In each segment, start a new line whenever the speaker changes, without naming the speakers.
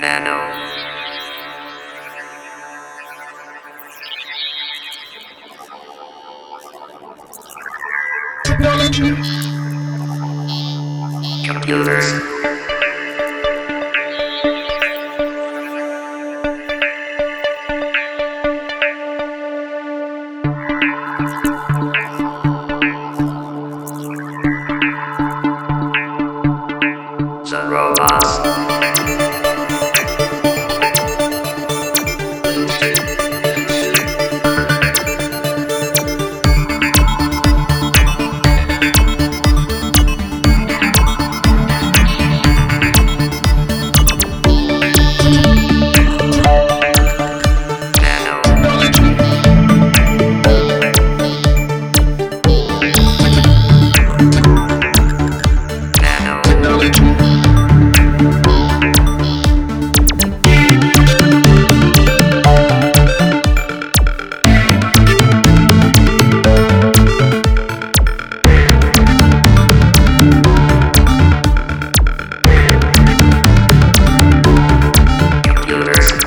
Nano. Computers. The robots. Nano. Nano. Computers.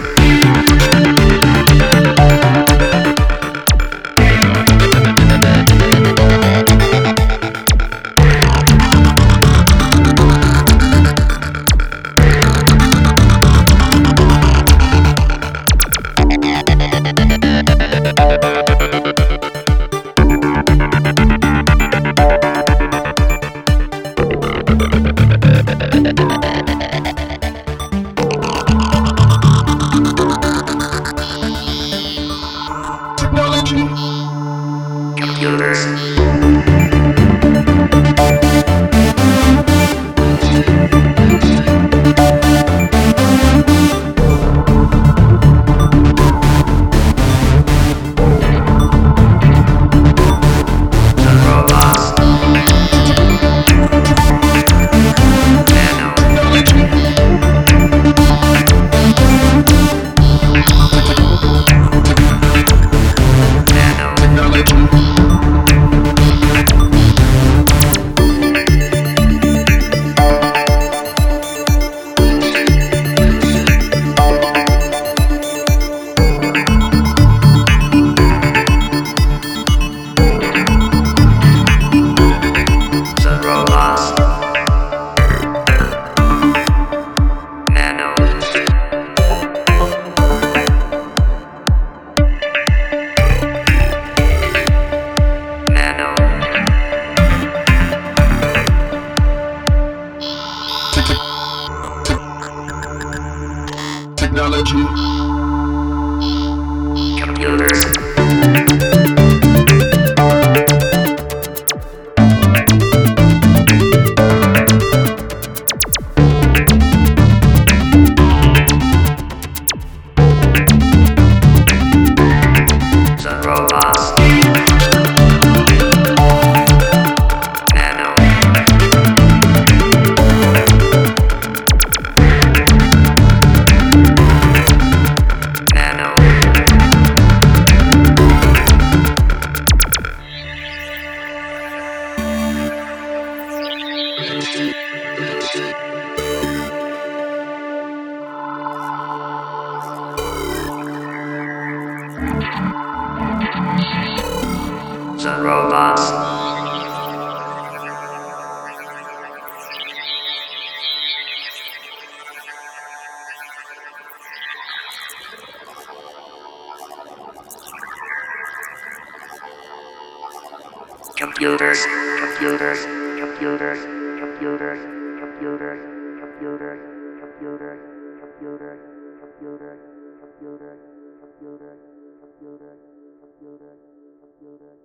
Computers. The robots. Nano. Nano. The robots. Nano. Nano.
Technology.
Computers. The robots. Nano. Nano. The robots. Computers, computers, computers, computers, computers, computers, computers, computers, computers, computers, computers, computers, computers, computers.